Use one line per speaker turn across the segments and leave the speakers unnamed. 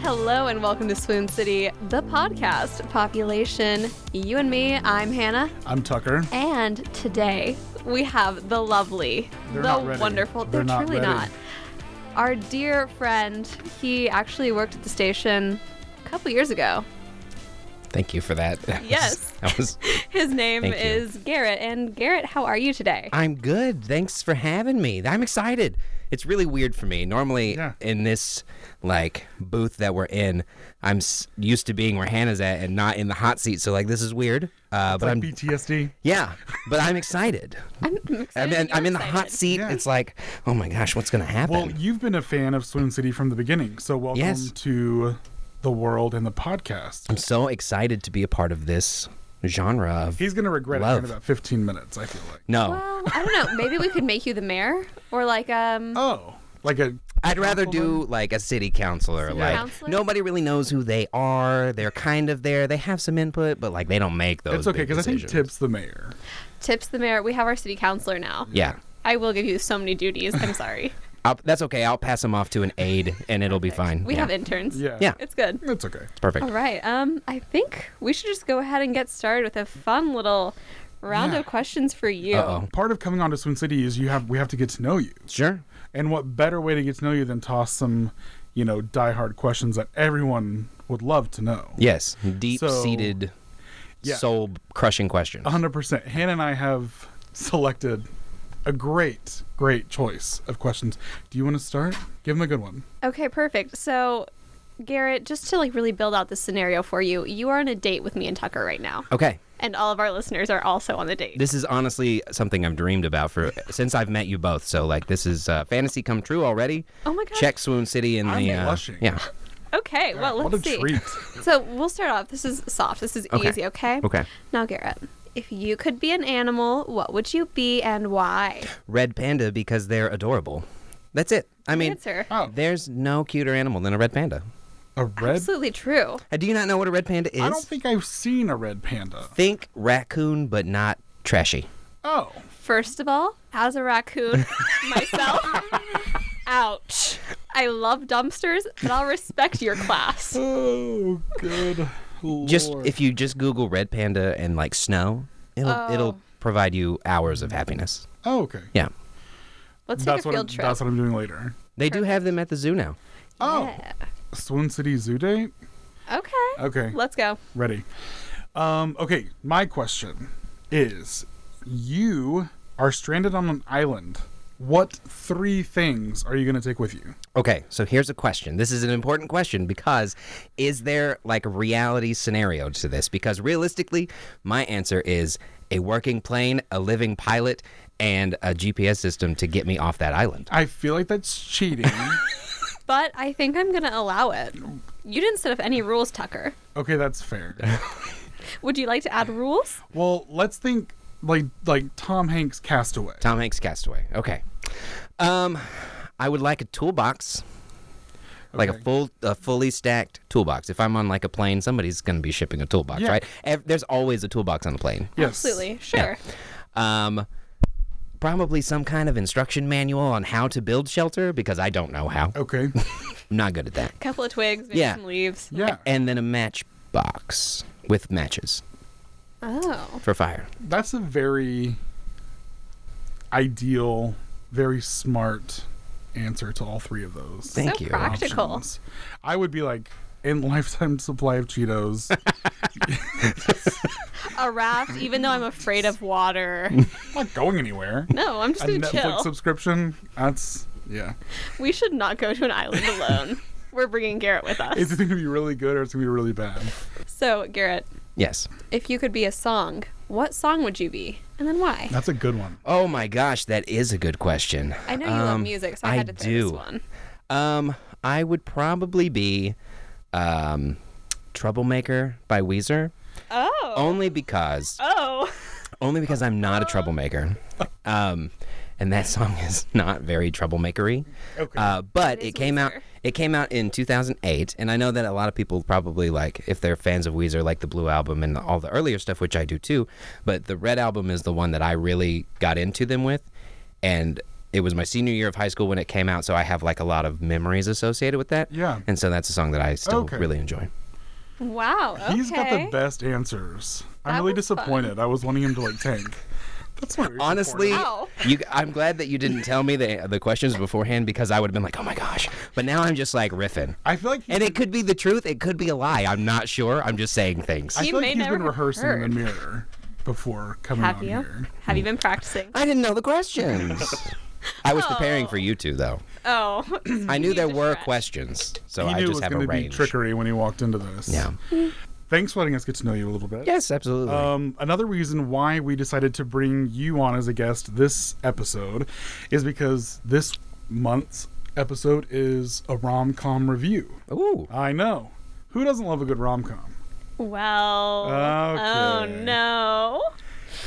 Hello and welcome to Swoon City, the podcast population. You and me, I'm Hannah.
I'm Tucker.
And today we have the lovely,
They're
the
not ready.
wonderful, they're,
They're not
truly
ready.
not. Our dear friend, he actually worked at the station a couple years ago.
Thank you for that. That was-
Yes.
that was.
His name
Thank you.
is Garrett. And Garrett, how are you today?
I'm good. Thanks for having me. I'm excited. It's really weird for me. Normally,
Yeah.
in this like booth that we're in, I'm s- used to being where Hannah's at and not in the hot seat. So like, this is weird. Uh, but
like
I'm
PTSD.
yeah, but I'm excited.
I'm, I'm
I'm
excited.
in,
that
I'm
you're
in the hot
excited.
seat.
Yeah.
It's like, oh my gosh, what's gonna happen?
Well, you've been a fan of Swoon City from the beginning, so welcome
Yes.
to the world and the podcast.
I'm so excited to be a part of this genre of
He's gonna regret it
Love.
in about 15 minutes. I feel like.
no.
Well, I don't know. Maybe we could make you the mayor or like, um,
Oh, like a.
I'd rather
Councilman?
do like a city councilor.
City
like
councilor?
nobody really knows who they are. They're kind of there. They have some input, but like they don't make those.
It's okay
big
because I think
decisions.
Tip's the mayor.
tips the mayor. We have our city councilor now.
Yeah,
I will give you so many duties. I'm sorry.
I'll, that's okay. I'll pass them off to an aide, and it'll be fine.
We
yeah.
have interns.
Yeah.
Yeah.
It's good.
It's okay.
It's perfect.
All right. Um, I think we should just go ahead and get started with a fun little round
Yeah.
of questions for you.
Uh-oh.
Part of coming on to Swoon City is you have we have to get to know you,
Sure.
and what better way to get to know you than toss some, you know, diehard questions that everyone would love to know.
Yes. Deep seated,
Yeah.
soul crushing question.
100%. Hannah and I have selected a great, great choice of questions. Do you want to start? Give them a good one.
Okay, perfect. So, Garrett, just to like really build out this scenario for you, you are on a date with me and Tucker right now,
Okay.
and all of our listeners are also on the date.
This is honestly something I've dreamed about for since I've met you both. So like this is uh, fantasy come true already.
Oh my gosh.
Check Swoon City in
I'm
the uh,
blushing.
yeah.
okay. well, let's
what a
see.
treat.
So we'll start off. This is soft. This is
Okay.
easy. Okay.
Okay.
Now, Garrett, if you could be an animal, what would you be and why?
red panda because they're adorable. That's it. I mean,
Answer.
Oh,
there's no cuter animal than a red panda.
a red?
Absolutely true.
Uh, Do you not know what a red panda is?
I don't think I've seen a red panda.
Think raccoon, but not trashy.
Oh,
First of all, as a raccoon myself, ouch. I love dumpsters, but I'll respect your class.
oh, good. Lord.
Just if you just Google red panda and like snow, it'll
Oh.
it'll provide you hours of happiness.
oh, okay.
Yeah,
Let's take
That's
a
what, I'm,
field trip.
that's what I'm doing later.
they do have them at the zoo now.
Oh,
Yeah.
Swoon City Zoo Day?
Okay.
Okay.
Let's go.
Ready. Um, okay, my question is you are stranded on an island. What three things are you going to take with you?
Okay, so here's a question. This is an important question because is there like a reality scenario to this? Because realistically, my answer is a working plane, a living pilot, and a GPS system to get me off that island.
I feel like that's cheating.
But I think I'm going to allow it. You didn't set up any rules, Tucker.
okay, that's fair.
Would you like to add rules?
Well, let's think like like Tom Hanks Castaway.
Tom Hanks Castaway. Okay. Um I would like a toolbox. Like a
Okay.
full a fully stacked toolbox. If I'm on like a plane, somebody's going to be shipping a toolbox,
Yeah.
right? Ev- There's always a toolbox on the plane.
Yes.
Absolutely. Sure.
Um, probably some kind of instruction manual on how to build shelter because I don't know how.
Okay.
I'm not good at that.
A couple of twigs, maybe
Yeah.
some leaves.
Yeah.
And then a matchbox with matches
Oh.
for fire.
That's a very ideal, very smart answer to all three of those.
Thank
so
you.
practical.
options. I would be like in lifetime supply of Cheetos.
A raft, even though I'm afraid of water.
I'm not going anywhere.
No, I'm just
A
going to
Netflix
chill.
subscription. That's yeah.
We should not go to an island alone. We're bringing Garrett with us.
It's either gonna be really good or it's gonna be really bad.
so, Garrett,
Yes.
if you could be a song, what song would you be? And then why?
That's a good one.
Oh my gosh, that is a good question.
I know you love music, so I, had to throw
Um, do.
this one.
Um, I would probably be um, Troublemaker by Weezer.
Oh.
Only because
Oh.
only because I'm not a troublemaker. Um, and that song is not very troublemakery.
Okay.
Uh, but
It
it,
is
came out
Weezer.
it came out in 2008 and I know that a lot of people probably like if they're fans of Weezer like the Blue album and all the earlier stuff which I do too, but the Red album is the one that I really got into them with and it was my senior year of high school when it came out, so I have like a lot of memories associated with that.
Yeah.
And so that's a song that I still
Okay.
really enjoy.
Wow. Okay.
He's got the best answers. I'm
That
really
was fun.
disappointed. I was wanting him to like tank. That's not very
Honestly,
supportive.
Wow.
you, I'm glad that you didn't tell me the the questions beforehand because I would have been like, oh my gosh. But now I'm just like riffing,
I feel like he,
and it could be the truth, it could be a lie. I'm not sure. I'm just saying things.
I
You
feel
may
like he's been
never have
rehearsing in
heard.
the mirror before coming
Have
on
you?
here.
Have you been practicing?
I didn't know the questions. I was preparing for you two though.
Oh.
I knew there
to
were
stretch.
questions, so
he
I
knew it
just
was
have
going
a
to be
range.
trickery when he walked into this.
Yeah.
Thanks for letting us get to know you a little bit.
Yes, absolutely.
Um, another reason why we decided to bring you on as a guest this episode is because this month's episode is a rom com review.
Ooh.
I know. Who doesn't love a good rom com?
Well. Oh
Okay.
no.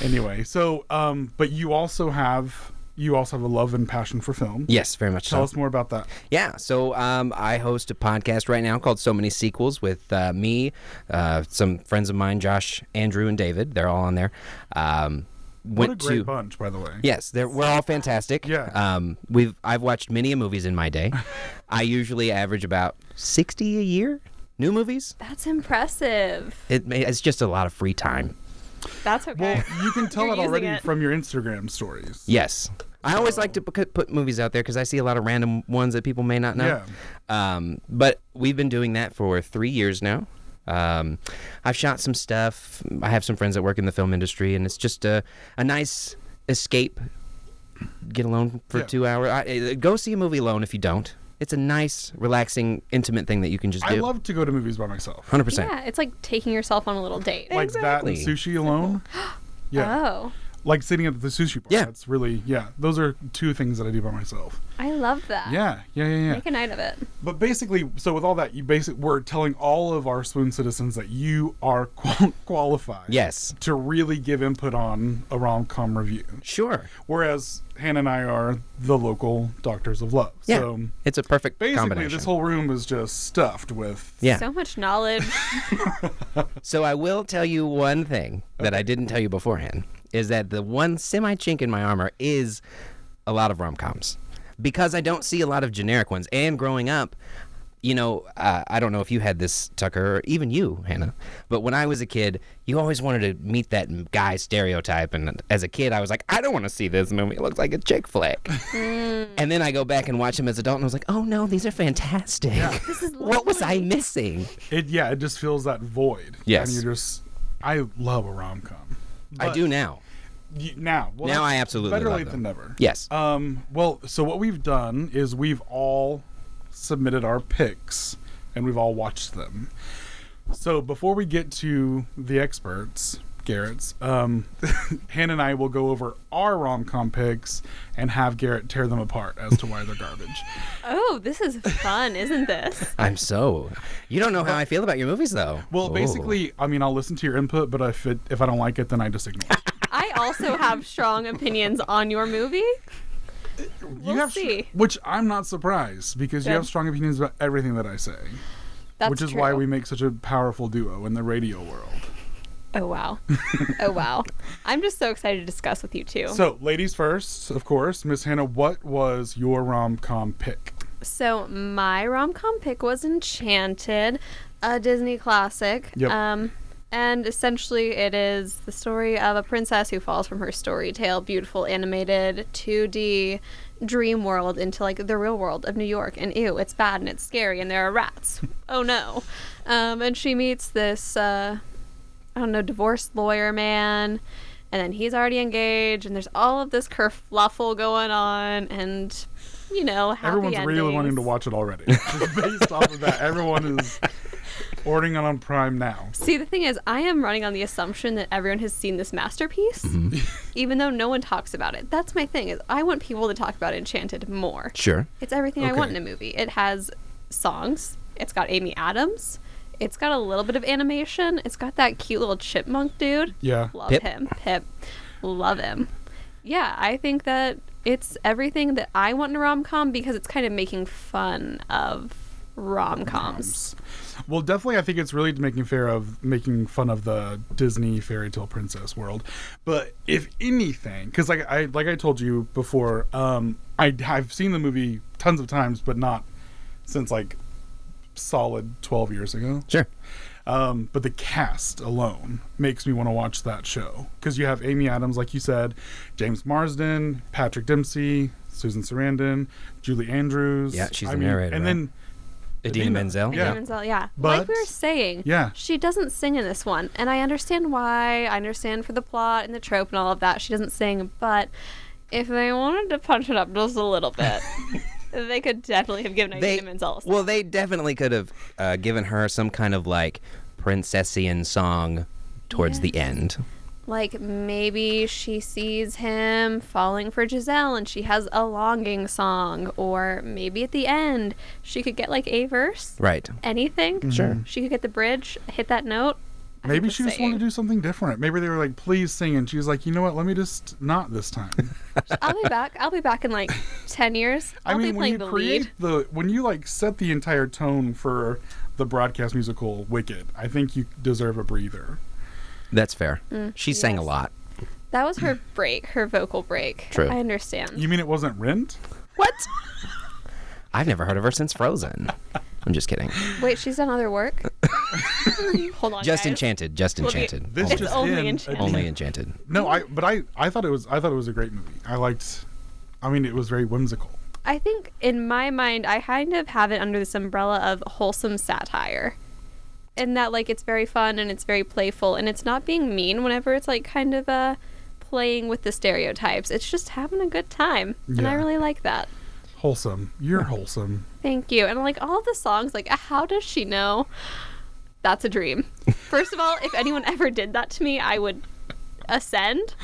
Anyway, so um, but you also have you also have a love and passion for film.
Yes, very much
Tell
so.
us more about that.
Yeah, so um, I host a podcast right now called So Many Sequels with uh, me, uh, some friends of mine, Josh, Andrew, and David. They're all on there. Um,
What
went
a great
to
bunch, by the way.
yes, they're, we're all fantastic.
Yeah.
um, we've I've watched many movies in my day. I usually average about sixty a year new movies.
That's impressive.
It, may- it's just a lot of free time.
That's okay.
Well, you can tell
You're
that
using
already
it.
from your Instagram stories.
Yes. I always like to put put movies out there because I see a lot of random ones that people may not know. Um, but we've been doing that for three years now. Um, I've shot some stuff. I have some friends that work in the film industry, and it's just a, a nice escape. Get alone for
Yeah.
two hours. I, uh, go see a movie alone if you don't. It's a nice, relaxing, intimate thing that you can just
I
do.
love to go to movies by myself.
100%.
yeah, it's like taking yourself on a little date.
Like that and
Exactly.
sushi alone. Yeah.
Oh,
Like sitting at the sushi bar.
Yeah.
That's really yeah. Those are two things that I do by myself.
I love that.
Yeah. Yeah, yeah, yeah.
Ah. Make a night of it.
But basically, so with all that, you basic we're telling all of our swoon citizens that you are qual- qualified.
Yes.
To really give input on a rom com review.
Sure.
Whereas Hannah and I are the local doctors of love.
Yeah.
So
it's a perfect
basically,
combination.
this whole room is just stuffed with
yeah.
So much knowledge.
So I will tell you one thing that I didn't tell you beforehand is that the one semi chink in my armor is a lot of rom coms because I don't see a lot of generic ones. And growing up, you know, uh, I don't know if you had this, Tucker, or even you, Hannah, but when I was a kid, you always wanted to meet that m- guy stereotype. And as a kid, I was like, I don't want to see this movie. It looks like a chick flick. and then I go back and watch him as adult, and I was like, oh no, these are fantastic. what was I missing?
It yeah, it just fills that void.
Yes.
and you're just. I love a rom com.
I do now.
now. Well,
Now
that's
I absolutely
better
love
late than
them.
never.
Yes.
Um. Well, so what we've done is we've all submitted our picks and we've all watched them. So before we get to the experts, Garrett's, um, Hannah and I will go over our rom com picks and have Garrett tear them apart as to why they're garbage.
oh, this is fun, isn't this?
I'm so. You don't know how I feel about your movies, though. Oh.
Well,
Ooh.
basically, I mean, I'll listen to your input, but if it, if I don't like it, then I just ignore. it.
I also have strong opinions on your movie.
you
We'll
have str-
see.
which I'm not surprised because you
Good.
have strong opinions about everything that I say,
That's
which is
true.
why we make such a powerful duo in the radio world.
Oh wow. oh wow. I'm just so excited to discuss with you too. So,
So, ladies first, of course, Miss Hannah, what was your rom com pick?
my rom com pick was Enchanted, a Disney classic.
Yep.
Um and essentially it is the story of a princess who falls from her story tale, beautiful animated 2D dream world into like the real world of New York and ew, it's bad and it's scary and there are rats. oh no. Um and she meets this uh I don't know, divorce lawyer man, and then he's already engaged, and there's all of this kerfluffle going on, and you know, happy
Everyone's really wanting to
endings.
watch it already. Just based off of that, everyone is ordering it on Prime now.
See, the thing is, I am running on the assumption that everyone has seen this masterpiece,
Mm-hmm.
even though no one talks about it. That's my thing is, I want people to talk about Enchanted more.
Sure.
It's everything I want in
Okay.
a movie. It has songs. It's got Amy Adams. It's got a little bit of animation. It's got that cute little chipmunk dude.
Yeah.
Love
Pip.
him. Pip. Love him. Yeah, I think that it's everything that I want in a rom com because it's kind of making fun of rom coms.
Well, definitely, I think it's really making fair of making fun of the Disney fairy tale princess world. But if anything, because like I like I told you before, um, I have seen the movie tons of times, but not since like solid twelve years ago.
Sure.
Um, but the cast alone makes me want to watch that show because you have Amy Adams, like you said, James Marsden, Patrick Dempsey, Susan Sarandon, Julie Andrews.
Yeah, she's
I
the narrator,
and
right?
then
Idina
Idina.
Menzel.
Yeah.
Yeah.
yeah.
But-
like we were saying,
Yeah.
she doesn't sing in this one. And I understand why. I understand for the plot and the trope and all of that. She doesn't sing, but if they wanted to punch it up just a little bit, they could definitely have given
They,
Idina Menzel.
well, they definitely could have uh, given her some kind of like princessian song towards the end.
like maybe she sees him falling for Giselle and she has a longing song or maybe at the end she could get like a verse.
Right.
Anything.
Mm-hmm. Sure.
She could get the bridge, hit that note. I'm
Maybe she just wanted
saying.
to do something different. Maybe they were like, please sing. And she was like, you know what? Let me just not this time.
I'll be back. I'll be back in like ten years.
I
I'll
mean,
be
when
playing
you
the
create
lead.
the, when you like set the entire tone for the broadcast musical Wicked, I think you deserve a breather.
That's fair. she sang a
Mm. yes.
lot.
That was her break, her vocal break.
True.
I understand.
You mean it wasn't Rent?
What? I've never heard of her since Frozen. I'm just kidding.
Wait, she's done other work. Hold on.
Just
guys.
Enchanted. Just
Well, the-
Enchanted.
This
only.
just
only
in,
Enchanted.
only Enchanted.
No, I but I I thought it was I thought it was a great movie. I liked. I mean, it was very whimsical.
I think in my mind, I kind of have it under this umbrella of wholesome satire. In that, like, it's very fun and it's very playful, and it's not being mean whenever it's, like, kind of uh, playing with the stereotypes. It's just having a good time. And I
Yeah.
really like that.
Wholesome. You're wholesome.
Thank you. And, like, all the songs, like, how does she know? That's a dream. First of all, if anyone ever did that to me, I would ascend.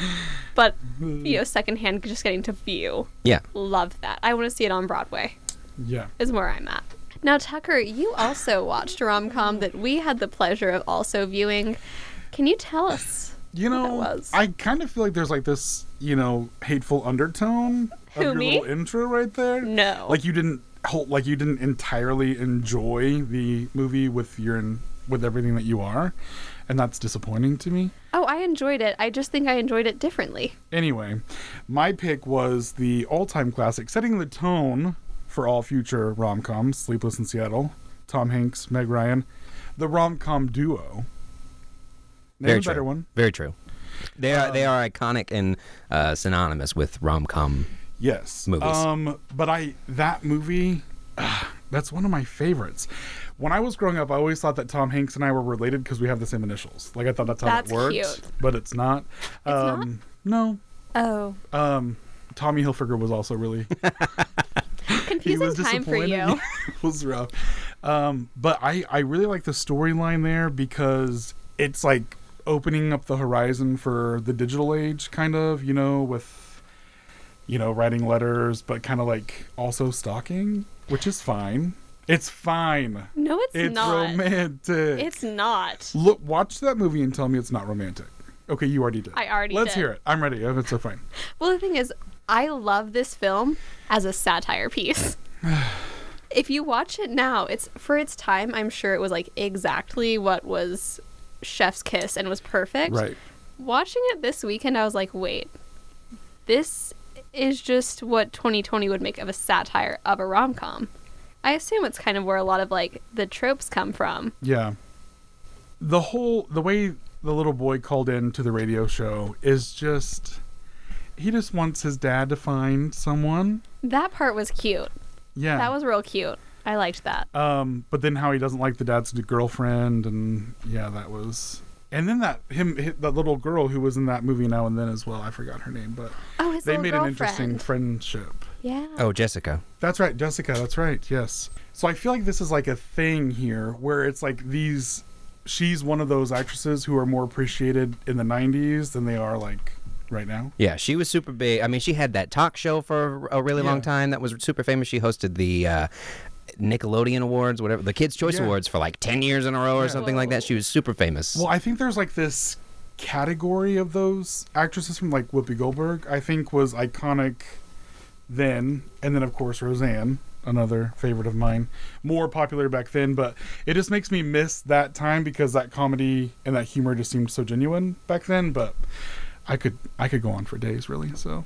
But, you know, secondhand, just getting to view.
Yeah.
Love that. I want to see it on Broadway
Yeah.
is where I'm at. Now, Tucker, you also watched a rom com that we had the pleasure of also viewing. Can you tell us?
You
what that
know,
was.
I kind of feel like there's like this, you know, hateful undertone
Who,
of your
me?
little intro right there.
No.
like you didn't hold, like you didn't entirely enjoy the movie with your with everything that you are, and that's disappointing to me.
oh, I enjoyed it. I just think I enjoyed it differently.
Anyway, my pick was the all-time classic, setting the tone for all future rom-coms: Sleepless in Seattle, Tom Hanks, Meg Ryan, the rom-com duo. Name
Very
a
true.
better one.
Very true. They are they
Um.
are iconic and uh, synonymous with rom com.
Hmm.
Yes.
Movies.
Um, but I that movie, ah, that's one of my favorites. When I was growing up, I always thought that Tom Hanks and I were related because we have the same initials. Like I thought that's how
That's
it worked,
cute.
but it's not.
not?
um, No.
Oh,
Um, Tommy Hilfiger was also really
confusing time for you.
it was rough. Um, but I, I really like the storyline there because it's like opening up the horizon for the digital age, kind of, you know, with, you know, writing letters, but kind of like also stalking, which is fine. It's fine.
No, it's,
It's
not.
romantic.
It's not.
Look, watch that movie and tell me it's not romantic. Okay, you already did.
I already
Let's
did.
hear it. I'm ready. It's so fine.
Well, the thing is, I love this film as a satire piece. if you watch it now, it's for its time. I'm sure it was like exactly what was Chef's Kiss and was perfect.
Right.
watching it this weekend, I was like, wait, this is just what 2020 would make of a satire of a rom com. I assume it's kind of where a lot of like the tropes come from.
Yeah. The whole the way the little boy called in to the radio show is just he just wants his dad to find someone.
That part was cute.
Yeah.
That was real cute. I liked that.
um but then how he doesn't like the dad's girlfriend and yeah, that was and then that him hi- that little girl who was in that movie now and then as well. I forgot her name, but
Oh, his
they
little
made an interesting
girlfriend.
friendship.
Yeah.
Oh, Jessica.
That's right, Jessica. That's right. Yes. So I feel like this is like a thing here where it's like these she's one of those actresses who are more appreciated in the 90s than they are like right now.
Yeah, she was super big. I mean, she had that talk show for a really long
Yeah.
time that was super famous. She hosted the uh, Nickelodeon Awards, whatever, the Kids' Choice
Yeah.
Awards for like 10 years in a row or something like that. She was super famous.
Well, I think there's like this category of those actresses from like Whoopi Goldberg, I think was iconic then and then of course Roseanne another favorite of mine, more popular back then. But it just makes me miss that time because that comedy and that humor just seemed so genuine back then. But I could I could go on for days, really. So,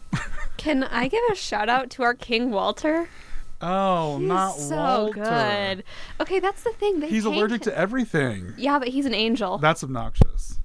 Can I give a shout out to our King Walter?
oh, not
He's so
Walter.
good. Okay, that's the thing. They
He's
hanged
allergic
him.
to everything.
Yeah, but he's an angel.
That's obnoxious.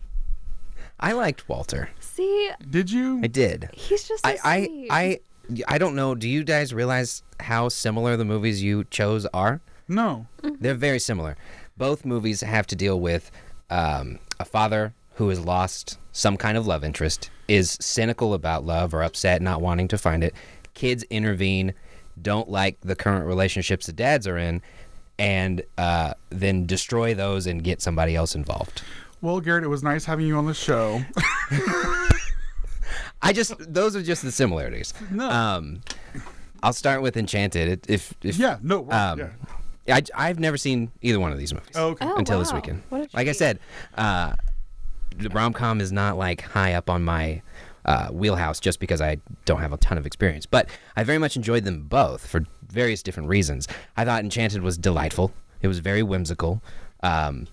I liked Walter.
See,
Did you?
I did.
he's just. So
I, I
sweet.
I I don't know. Do you guys realize how similar the movies you chose are?
No.
They're very similar. Both movies have to deal with um, a father who has lost some kind of love interest, is cynical about love or upset, not wanting to find it. Kids intervene, don't like the current relationships the dads are in, and uh, then destroy those and get somebody else involved.
Well, Garrett, it was nice having you on the show.
I just those are just the similarities.
No.
Um, I'll start with Enchanted. It- If if
yeah. No. we're-
Um,
yeah.
I, I've never seen either one of these movies.
Oh, okay.
Oh,
until this
wow.
weekend.
What a
Like I
treat.
said, uh, the rom com is not like high up on my uh, wheelhouse just because I don't have a ton of experience. But I very much enjoyed them both for various different reasons. I thought Enchanted was delightful. It was very whimsical. Um,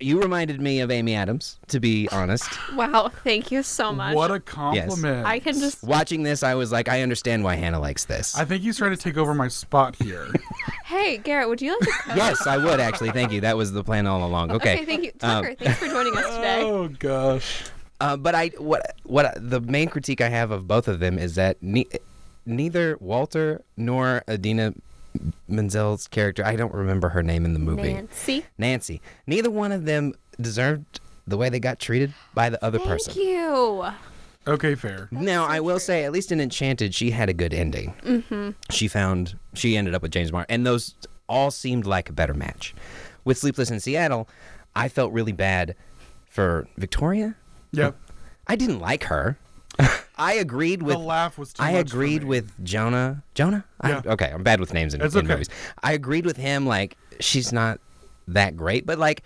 you reminded me of Amy Adams, to be honest.
Wow, thank you so much.
What a compliment.
I can just.
Watching this, I was like, I understand why Hannah likes this.
I think he's trying to take over my spot here.
Hey, Garrett, would you like to?
yes, I would actually. Thank you. That was the plan all along. Okay.
Okay, thank you,
Um,
Tucker. thanks for joining us today.
oh gosh.
Uh, but I what what the main critique I have of both of them is that ne- neither Walter nor Adina Menzel's character I don't remember her name in the movie
Nancy.
Nancy neither one of them deserved the way they got treated by the other
Thank
person.
you.
Okay, fair.
Now I will say at least in Enchanted she had a good ending. Mm-hmm. She found she ended up with James Martin and those all seemed like a better match. With Sleepless in Seattle, I felt really bad for Victoria.
Yep.
I didn't like her. I agreed with.
laugh was too
I
much for
agreed
me.
with Jonah. Jonah.
Yeah.
I, okay, I'm bad with names in,
It's
in
okay.
movies. I agreed with him. Like she's not that great, but like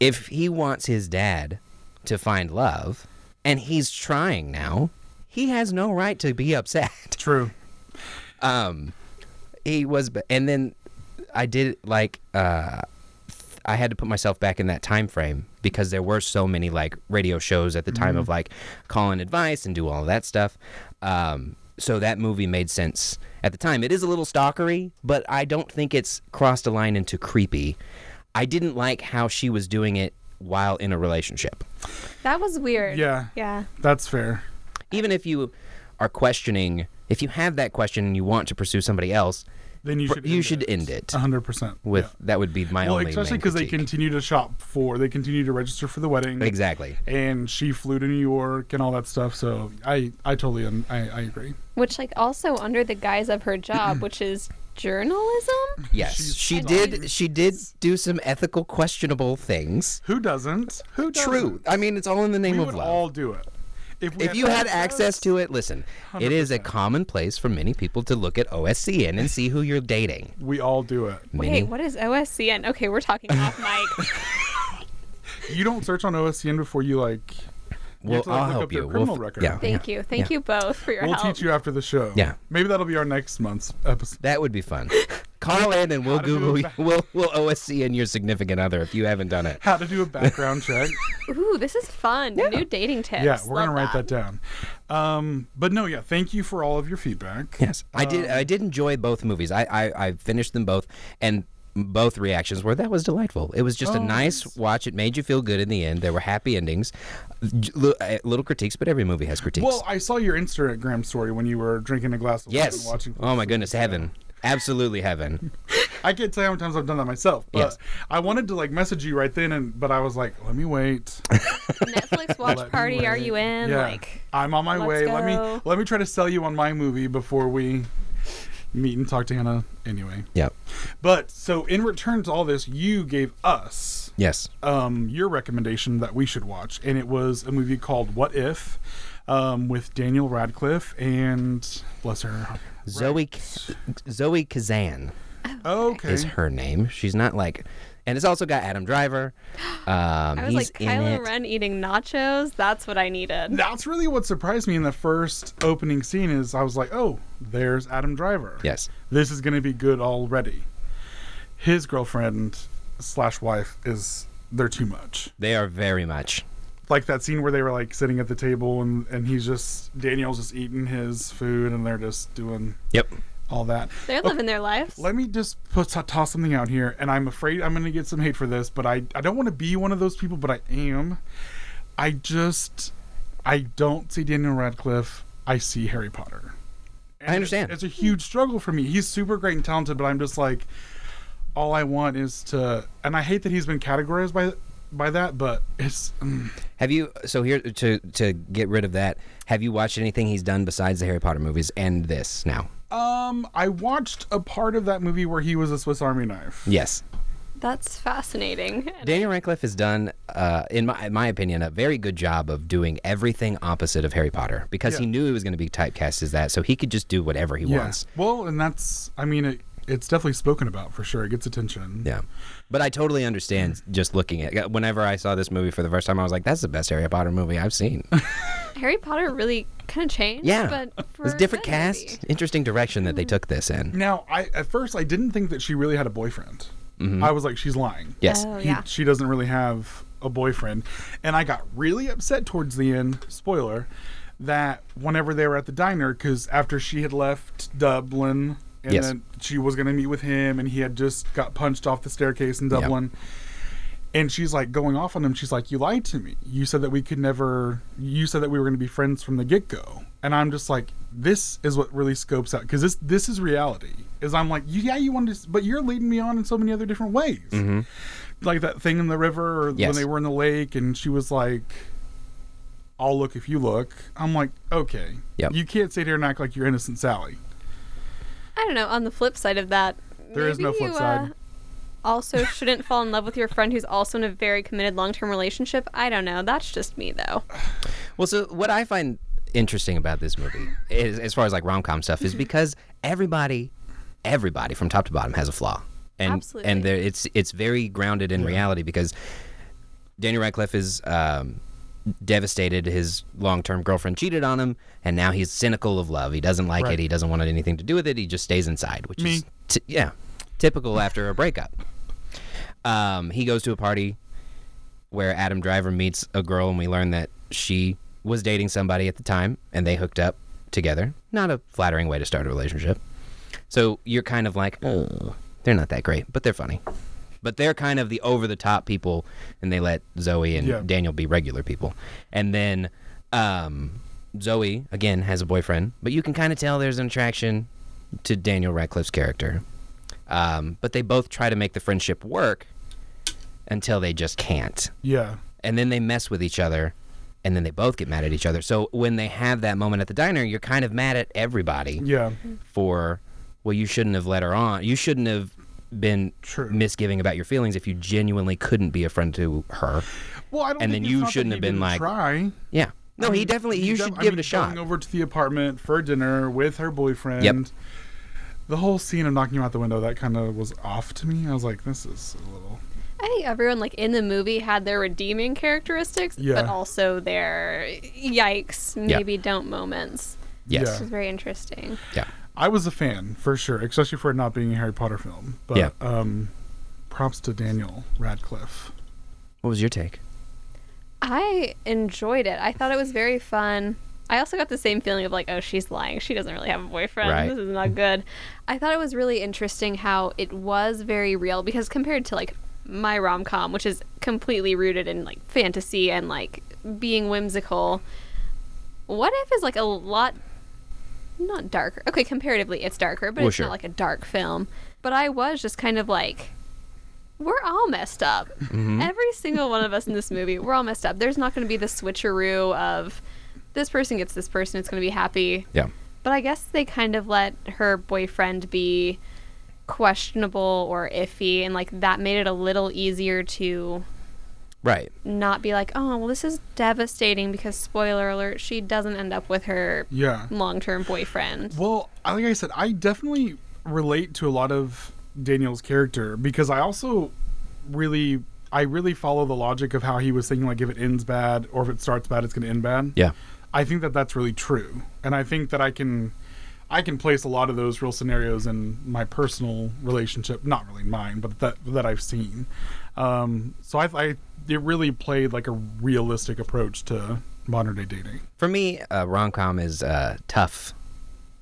if he wants his dad to find love, and he's trying now, he has no right to be upset.
True.
Um, he was, and then I did like uh, I had to put myself back in that time frame because there were so many like radio shows at the time
Mm-hmm.
of like call in advice and do all that stuff. Um, so that movie made sense at the time. It is a little stalkery, but I don't think it's crossed a line into creepy. I didn't like how she was doing it while in a relationship.
That was weird.
Yeah.
Yeah.
That's fair.
Even if you are questioning, if you have that question and you want to pursue somebody else,
Then you
Br-
should.
you
end
should
it.
end it.
100%.
with
Yeah.
that would be my
Well,
only
especially
because
because they continue to shop for, they continue to register for the wedding.
exactly
And she flew to New York and all that stuff. So I, I totally, un- I, I agree.
Which, like, also under the guise of her job, which is journalism.
yes
She's
she
dumb.
did she did do some ethical questionable things
Who doesn't? Who doesn't?
true i mean it's all in the name
We
of
would
love
all do it. we
if you had
access.
access to it listen it is a common place for many people to look at oscn and see who you're dating
We all do it.
many
Wait, what is OSCN? Okay, we're talking off mic.
You don't search on OSCN before you like. you
well
have to, like,
i'll
look up
help
their
you We'll
criminal
f-
record.
yeah
Thank you. Thank you both for your
We'll
help.
teach you after the show.
Yeah.
Maybe that'll be our next month's episode.
that would be fun call in and we'll
How to do
google
a
you- we'll, we'll oscn your significant other if you haven't done it
How to do a background check.
Ooh, this is fun. New dating tips.
Yeah, we're gonna
Love
write that, down. Um, but no, yeah, thank you for all of your feedback.
Yes, I did.
Um,
I did enjoy both movies. I, I I finished them both, and both reactions were that was delightful. It was just
Oh,
a nice watch. It made you feel good in the end. There were happy endings, J- li- uh, little critiques, but every movie has critiques.
Well, I saw your Instagram story when you were drinking a glass of wine
yes.
and watching.
Oh my goodness, heaven, absolutely heaven.
I can't tell you how many times I've done that myself, but
Yes.
I wanted to like message you right then, and but I was like, let me wait.
Netflix watch
Let me
party. Are
wait.
you in?
Yeah.
Like,
I'm on my
let's
way. Let me
go.
let me try to sell you on my movie before we meet and talk to Hannah. Anyway,
Yep.
But so in return to all this, you gave us
Yes.
um, your recommendation that we should watch, and it was a movie called What If, um, with Daniel Radcliffe and bless her.
Zoe K- Zoe Kazan
Okay.
is her name. She's not like and it's also got Adam Driver. Um,
I was
he's
like
in
Kylo
it.
Ren eating nachos. That's what I needed.
That's really what surprised me in the first opening scene is I was like, oh, there's Adam Driver.
Yes.
This is going to be good already. His girlfriend slash wife is, they're too much.
They are very much.
Like that scene where they were like sitting at the table and, and he's just, Daniel's just eating his food and they're just doing
Yep.
all that.
They're living their lives.
Let me just put, t- toss something out here, and I'm afraid I'm going to get some hate for this, but I, I don't want to be one of those people, but I am. I just, I don't see Daniel Radcliffe. I see Harry Potter. And
I understand.
It's, it's a huge struggle for me. He's super great and talented, but I'm just like, all I want is to, and I hate that he's been categorized by by that, but it's mm,
Have you so here to to get rid of that? Have you watched anything he's done besides the Harry Potter movies and this now?
um I watched a part of that movie where he was a Swiss Army knife.
Yes.
That's fascinating. And
Daniel Radcliffe has done, uh, in my in my opinion, a very good job of doing everything opposite of Harry Potter because he
Yeah.
knew he was going to be typecast as that, so he could just do whatever he wants.
Well, and that's I mean it, it's definitely spoken about for sure. It gets attention.
Yeah. But I totally understand just looking at whenever I saw this movie for the first time, I was like, that's the best Harry Potter movie I've seen.
Harry Potter really kind of changed.
Yeah.
but for
It's different
a good
cast,
movie.
interesting direction that they took this in.
Now, I at first I didn't think that she really had a boyfriend.
Mm-hmm.
I was like, she's lying.
Yes.
Oh
He-
yeah.
she doesn't really have a boyfriend, and I got really upset towards the end. Spoiler, that whenever they were at the diner, because after she had left Dublin, and
Yes.
then she was going to meet with him, and he had just got punched off the staircase in
Yep.
Dublin. And she's like going off on him. She's like, "You lied to me. You said that we could never. You said that we were going to be friends from the get go." And I'm just like, "This is what really scopes out because this this is reality." Is I'm like, "Yeah, you wanted, to, but you're leading me on in so many other different ways."
Mm-hmm.
Like that thing in the river, or
Yes.
when they were in the lake, and she was like, "I'll look if you look." I'm like, "Okay,
Yep.
you can't sit here and act like you're innocent, Sally."
I don't know. On the flip side of that,
There is no
maybe
flip
you,
side.
uh, also, shouldn't fall in love with your friend who's also in a very committed long-term relationship. I don't know. That's just me, though.
Well, so what I find interesting about this movie, is, as far as like rom com stuff,
Mm-hmm.
is because everybody, everybody from top to bottom has a flaw, and
Absolutely.
and there, it's it's very grounded in reality because Daniel Radcliffe is um, devastated. His long term girlfriend cheated on him, and now he's cynical of love. He doesn't like it.
Right.
He doesn't want anything to do with it. He just stays inside, which
Me.
is t- yeah, typical after a breakup. Um, he goes to a party where Adam Driver meets a girl, and we learn that she was dating somebody at the time, and they hooked up together. Not a flattering way to start a relationship. So you're kind of like, oh, they're not that great, but they're funny. But they're kind of the over the top people, and they let Zoe and
Yeah.
Daniel be regular people. And then um, Zoe, again, has a boyfriend, but you can kind of tell there's an attraction to Daniel Radcliffe's character. Um, but they both try to make the friendship work until they just can't
Yeah,
and then they mess with each other and then they both get mad at each other so when they have that moment at the diner you're kind of mad at everybody
yeah.
for well you shouldn't have let her on you shouldn't have been
True.
misgiving about your feelings if you genuinely couldn't be a friend to her
Well, I don't.
And
think
then
it's
you
not that
shouldn't
he
have been
didn't
like-
try.
yeah no he definitely you
Def-
should
I
give
mean,
it a shot
Going over to the apartment for dinner with her boyfriend.
Yep.
The whole scene of knocking him out the window that kind of was off to me. I was like, this is a little.
I think everyone like in the movie had their redeeming characteristics,
Yeah.
but also their yikes,
Yeah.
maybe don't moments.
yes
Which is very interesting.
yeah,
I was a fan for sure, especially for it not being a Harry Potter film. But
Yeah.
um, props to Daniel Radcliffe.
what was your take
I enjoyed it. I thought it was very fun. I also got the same feeling of like, oh, she's lying. She doesn't really have a boyfriend.
Right.
This is not good. I thought it was really interesting how it was very real because compared to like my rom com, which is completely rooted in like fantasy and like being whimsical, what if is like a lot not darker. Okay, comparatively it's darker, but
Well,
it's
sure.
not like a dark film. But I was just kind of like we're all messed up.
Mm-hmm.
Every single one of us in this movie, we're all messed up. There's not going to be the switcheroo of this person gets this person, it's going to be happy.
yeah
But I guess they kind of let her boyfriend be questionable or iffy, and like that made it a little easier to
right
not be like, oh, well, this is devastating because, spoiler alert, she doesn't end up with her
Yeah.
long term boyfriend.
Well, I- like I said, I definitely relate to a lot of Daniel's character because I also really I really follow the logic of how he was thinking like if it ends bad or if it starts bad it's going to end bad.
Yeah.
I think that that's really true. And I think that I can I can place a lot of those real scenarios in my personal relationship, not really mine, but that that I've seen. Um, so I, I it really played like a realistic approach to modern day dating.
For me, uh, rom com is uh, tough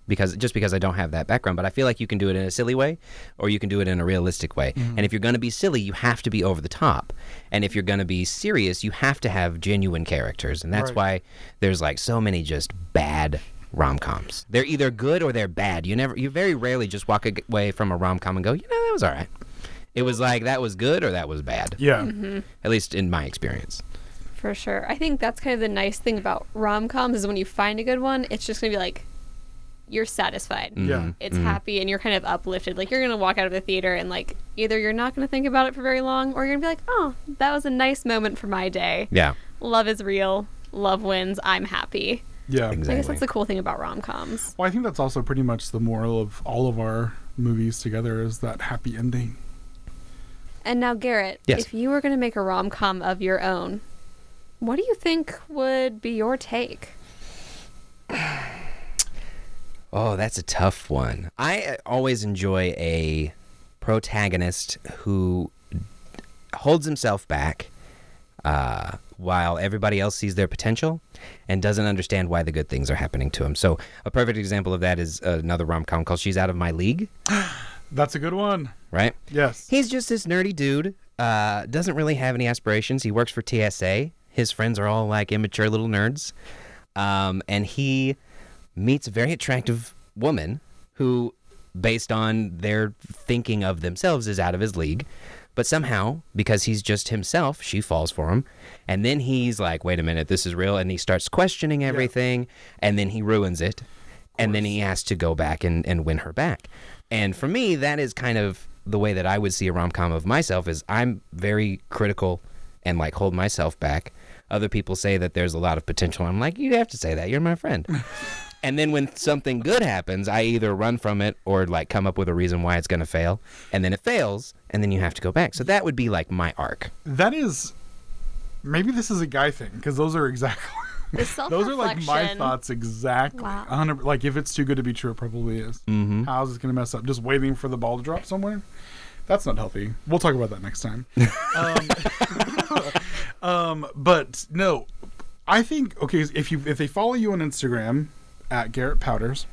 because just because I don't have that background, but I feel like you can do it in a silly way or you can do it in a realistic way. And if you're going to be silly, you have to be over the top. And if you're going to be serious, you have to have genuine characters. And that's
Right.
why there's like so many just bad rom-coms. They're either good or they're bad. You never you very rarely just walk ag- away from a rom-com and go, "You know, that was all right." It was like that was good or that was bad.
Yeah.
At least in my experience.
For sure. I think that's kind of the nice thing about rom coms is when you find a good one, it's just gonna be like you're satisfied.
Yeah.
It's happy and you're kind of uplifted. Like you're gonna walk out of the theater and like either you're not gonna think about it for very long or you're gonna be like, Oh, that was a nice moment for my day.
Yeah.
Love is real, love wins, I'm happy.
Yeah.
I guess
Exactly.
that's the cool thing about rom coms.
Well, I think that's also pretty much the moral of all of our movies together is that happy ending.
And now Garrett,
Yes.
if you were gonna make a rom com of your own, what do you think would be your take?
Oh, that's a tough one. I uh, always enjoy a protagonist who holds himself back uh, while everybody else sees their potential and doesn't understand why the good things are happening to him. So, a perfect example of that is another rom com called She's Out of My League,
That's a good one.
right?
Yes.
He's just this nerdy dude. Uh, doesn't really have any aspirations. He works for TSA. His friends are all like immature little nerds. Um, and he meets a very attractive woman who, based on their thinking of themselves, is out of his league. But somehow, because he's just himself, she falls for him. And then he's like, wait a minute, this is real. And he starts questioning everything. And then he ruins it. And then he has to go back and, and win her back. And for me, that is kind of the way that I would see a rom com of myself is I'm very critical and like hold myself back. Other people say that there's a lot of potential. I'm like, you have to say that. You're my friend. and then when something good happens, I either run from it or like come up with a reason why it's going to fail. And then it fails. And then you have to go back. So that would be like my arc.
That is maybe this is a guy thing because those are exactly
The
those are like my
self-reflection.
thoughts exactly.
Wow.
A hundred- Like if it's too good to be true, it probably is. Mm-hmm. How's it gonna mess up? Just waiting for the ball to drop somewhere. That's not healthy. We'll talk about that next time. um, um, but no, I think okay. If you if they follow you on Instagram at Garrett Powders,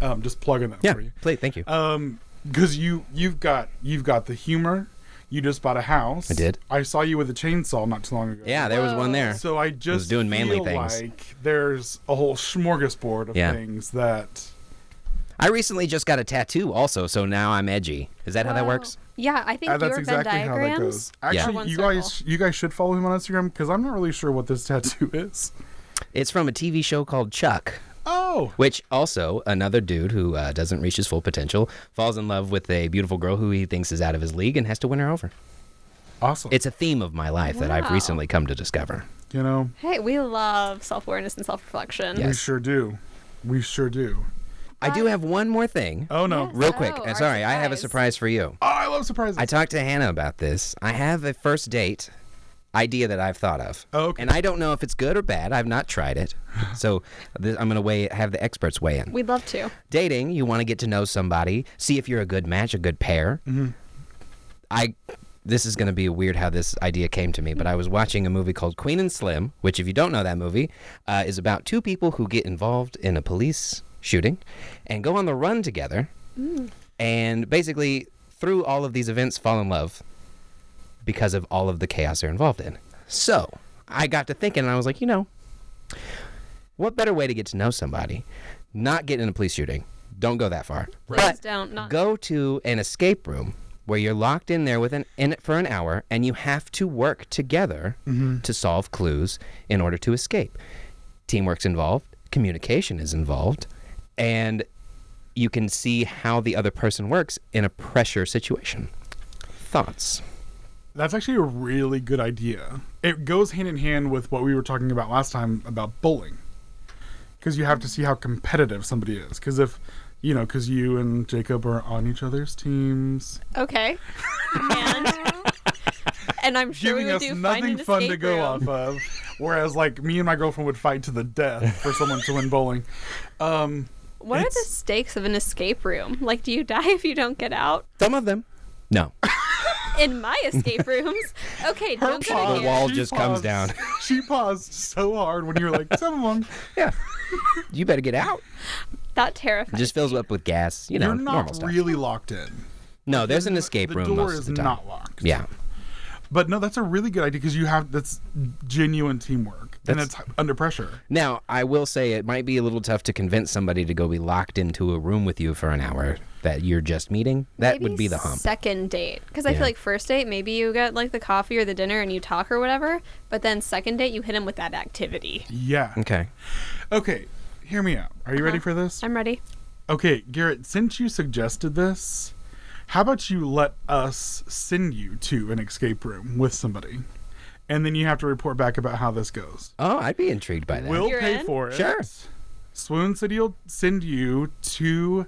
um, just plugging that
Yeah.
for you
Please. Thank you.
um because you you've got you've got the humor you just bought a house
I did.
i saw you with a chainsaw not too long ago
yeah, there was one there.
so i just
doing manly
feel
things.
like there's a whole smorgasbord of
Yeah.
things that
I recently just got a tattoo also. So now I'm edgy. Is that how that
Wow.
works?
Yeah, I think
uh, that's
your
exactly
Venn diagrams.
how that goes
are one
actually you
circle.
guys you guys should follow him on instagram because i'm not really sure what this tattoo is
It's from a TV show called Chuck.
oh
Which also, another dude who uh, doesn't reach his full potential falls in love with a beautiful girl who he thinks is out of his league and has to win her over.
awesome
It's a theme of my life that I've
Wow.
recently come to discover.
you know
Hey, we love self awareness and self reflection.
we
Yes.
sure do we sure do
I do have one more thing.
oh no
Yes.
Real quick.
Oh,
Uh,
our
sorry, I have a
surprise.
surprise for you.
oh, i love surprises
I talked to Hannah about this. I have a first date idea that I've thought of.
Oh, okay.
And I don't know if it's good or bad. I've not tried it. so th- I'm going to weigh have the experts weigh in.
We'd love to.
dating, you want to get to know somebody, see if you're a good match, a good pair. I this is going to be weird how this idea came to me, but I was watching a movie called Queen and Slim, which if you don't know that movie, uh, is about two people who get involved in a police shooting and go on the run together. And basically through all of these events fall in love because of all of the chaos they're involved in. So, I got to thinking and I was like, you know, what better way to get to know somebody? Not get in a police shooting. Don't go that far.
Please don't. Not.
Go to an escape room where you're locked in there with an in it for an hour, and you have to work together to solve clues in order to escape. Teamwork's involved. Communication is involved, and you can see how the other person works in a pressure situation. Thoughts?
That's actually a really good idea. It goes hand in hand with what we were talking about last time about bowling. Because you have to see how competitive somebody is. Because if, you know, because you and Jacob are on each other's teams.
Okay. and and I'm sure we
giving
would
us
do
nothing
find an
fun to
escape
go
room.
off of. Whereas, like me and my girlfriend would fight to the death for someone to win bowling. Um,
What are the
It's-
stakes of an escape room? Like, do you die if you don't get out?
Some of them. No.
In my escape rooms, okay, don't get
paw-
in
The
here.
wall
she
just comes down.
She paused so hard when you were like, "Someone,
Yeah. you better get out.
That terrifies.
It just fills up with gas. You know,
you're
normal
not
stuff.
really locked in.
no, there's an escape
the
room
door
most
is
of the time.
not locked.
Yeah.
But no, that's a really good idea because you have that's genuine teamwork and
That's-
it's under pressure.
Now, I will say it might be a little tough to convince somebody to go be locked into a room with you for an hour that you're just meeting. That would
Maybe
be the hump.
Second date, because I
Yeah.
feel like first date, maybe you get like the coffee or the dinner and you talk or whatever. But then second date, you hit him with that activity.
Yeah.
Okay.
Okay. Hear me out. Are you ready for this?
I'm ready.
Okay, Garrett, since you suggested this, how about you let us send you to an escape room with somebody? And then you have to report back about how this goes.
Oh, I'd be intrigued by that.
We'll
You're
pay
in?
for it.
Sure.
Swoon City will send you to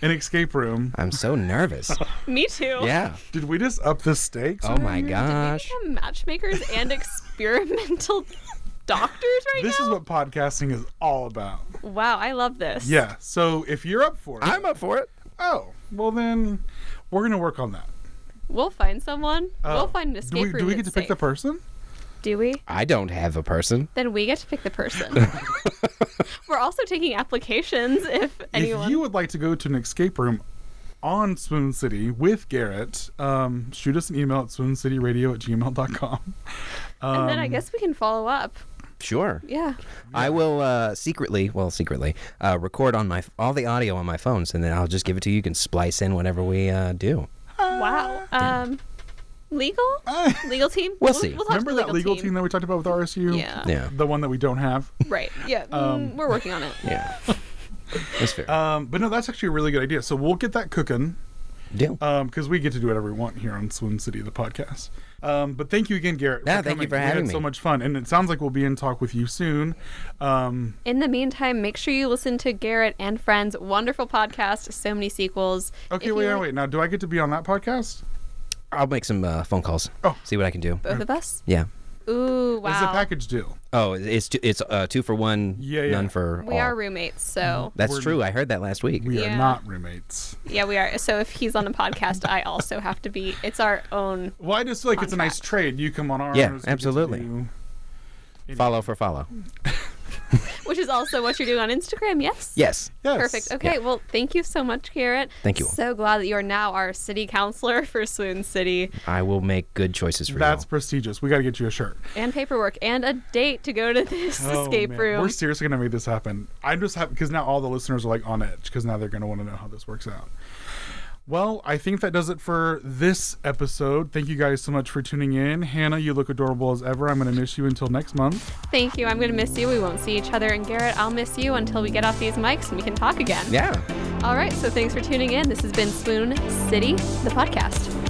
an escape room.
I'm so nervous.
Me too.
yeah.
Did we just up the stakes?
Oh my
Gosh.
gosh.
matchmakers and experimental doctors right
This
now.
is what podcasting is all about.
wow, I love this.
Yeah. So if you're up for it,
I'm up for it.
oh, well then we're going to work on that.
We'll find someone.
Oh.
we'll find an escape
do we,
room.
Do we get to
that's
pick the
safe.
person?
Do we?
I don't have a person.
Then we get to pick the person. We're also taking applications if anyone.
If you would like to go to an escape room on Swoon City with Garrett, um, shoot us an email at swooncityradio at gmail.com.
and then I guess we can follow up.
Sure.
Yeah.
I will uh, secretly, well, secretly, uh, record on my all the audio on my phones, and then I'll just give it to you. You can splice in whenever we uh, do.
Wow. Um, legal? Legal team?
We'll see.
We'll talk
Remember
to the
that legal team. that we talked about with RSU?
Yeah.
Yeah.
The one that we don't have.
Right. Yeah. mm, we're working on it.
Yeah, that's fair.
Um, but no, that's actually a really good idea. So we'll get that cooking
Deal.
because we get to do whatever we want here on Swoon City, the podcast. Um, but thank you again, Garrett.
Yeah, thank you
coming.
for
we
having
had so
me.
much fun. And it sounds like we'll be in talk with you soon. Um,
In the meantime, make sure you listen to Garrett and Friends' wonderful podcast, So Many Sequels.
okay,
If
wait,
you
now,
like
wait. Now, do I get to be on that podcast?
I'll make some uh, phone calls.
Oh.
see what I can do.
Both of us?
Yeah.
Ooh, wow.
What does the package do?
Oh, it's two, it's uh, two for one,
Yeah, yeah.
none for
we
all.
are roommates, so
that's
We're- Mm.
true. I heard Oh. Mm-hmm. that last week.
We
Yeah.
are not roommates.
yeah, we are. So if he's on a podcast, I also have to be. It's our own.
Well, I just feel like it's a nice trade. You come on ours.
Yeah,
we get to
absolutely.
do-
follow for follow.
Mm. Which is also what you're doing on Instagram, yes?
Yes.
Yes.
Perfect. Okay. Well, thank you so much, Garrett.
Thank you all.
So glad that you are now our city councilor for Swoon City
I will make good choices for
That's
you.
prestigious. We got to get you a shirt.
and paperwork and a date to go to this
Oh,
escape
man.
room.
We're seriously going to make this happen. I'm just happy because now all the listeners are like on edge because now they're going to want to know how this works out. Well, I think that does it for this episode. Thank you guys so much for tuning in. Hannah, you look adorable as ever. I'm going to miss you until next month.
Thank you. I'm going to miss you. We won't see each other. And Garrett, I'll miss you until we get off these mics and we can talk again.
Yeah.
All right. So thanks for tuning in. This has been Swoon City, the podcast.